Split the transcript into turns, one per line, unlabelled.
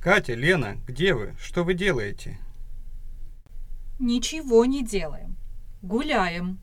Катя, Лена, где вы? Что вы делаете?
Ничего не делаем. Гуляем.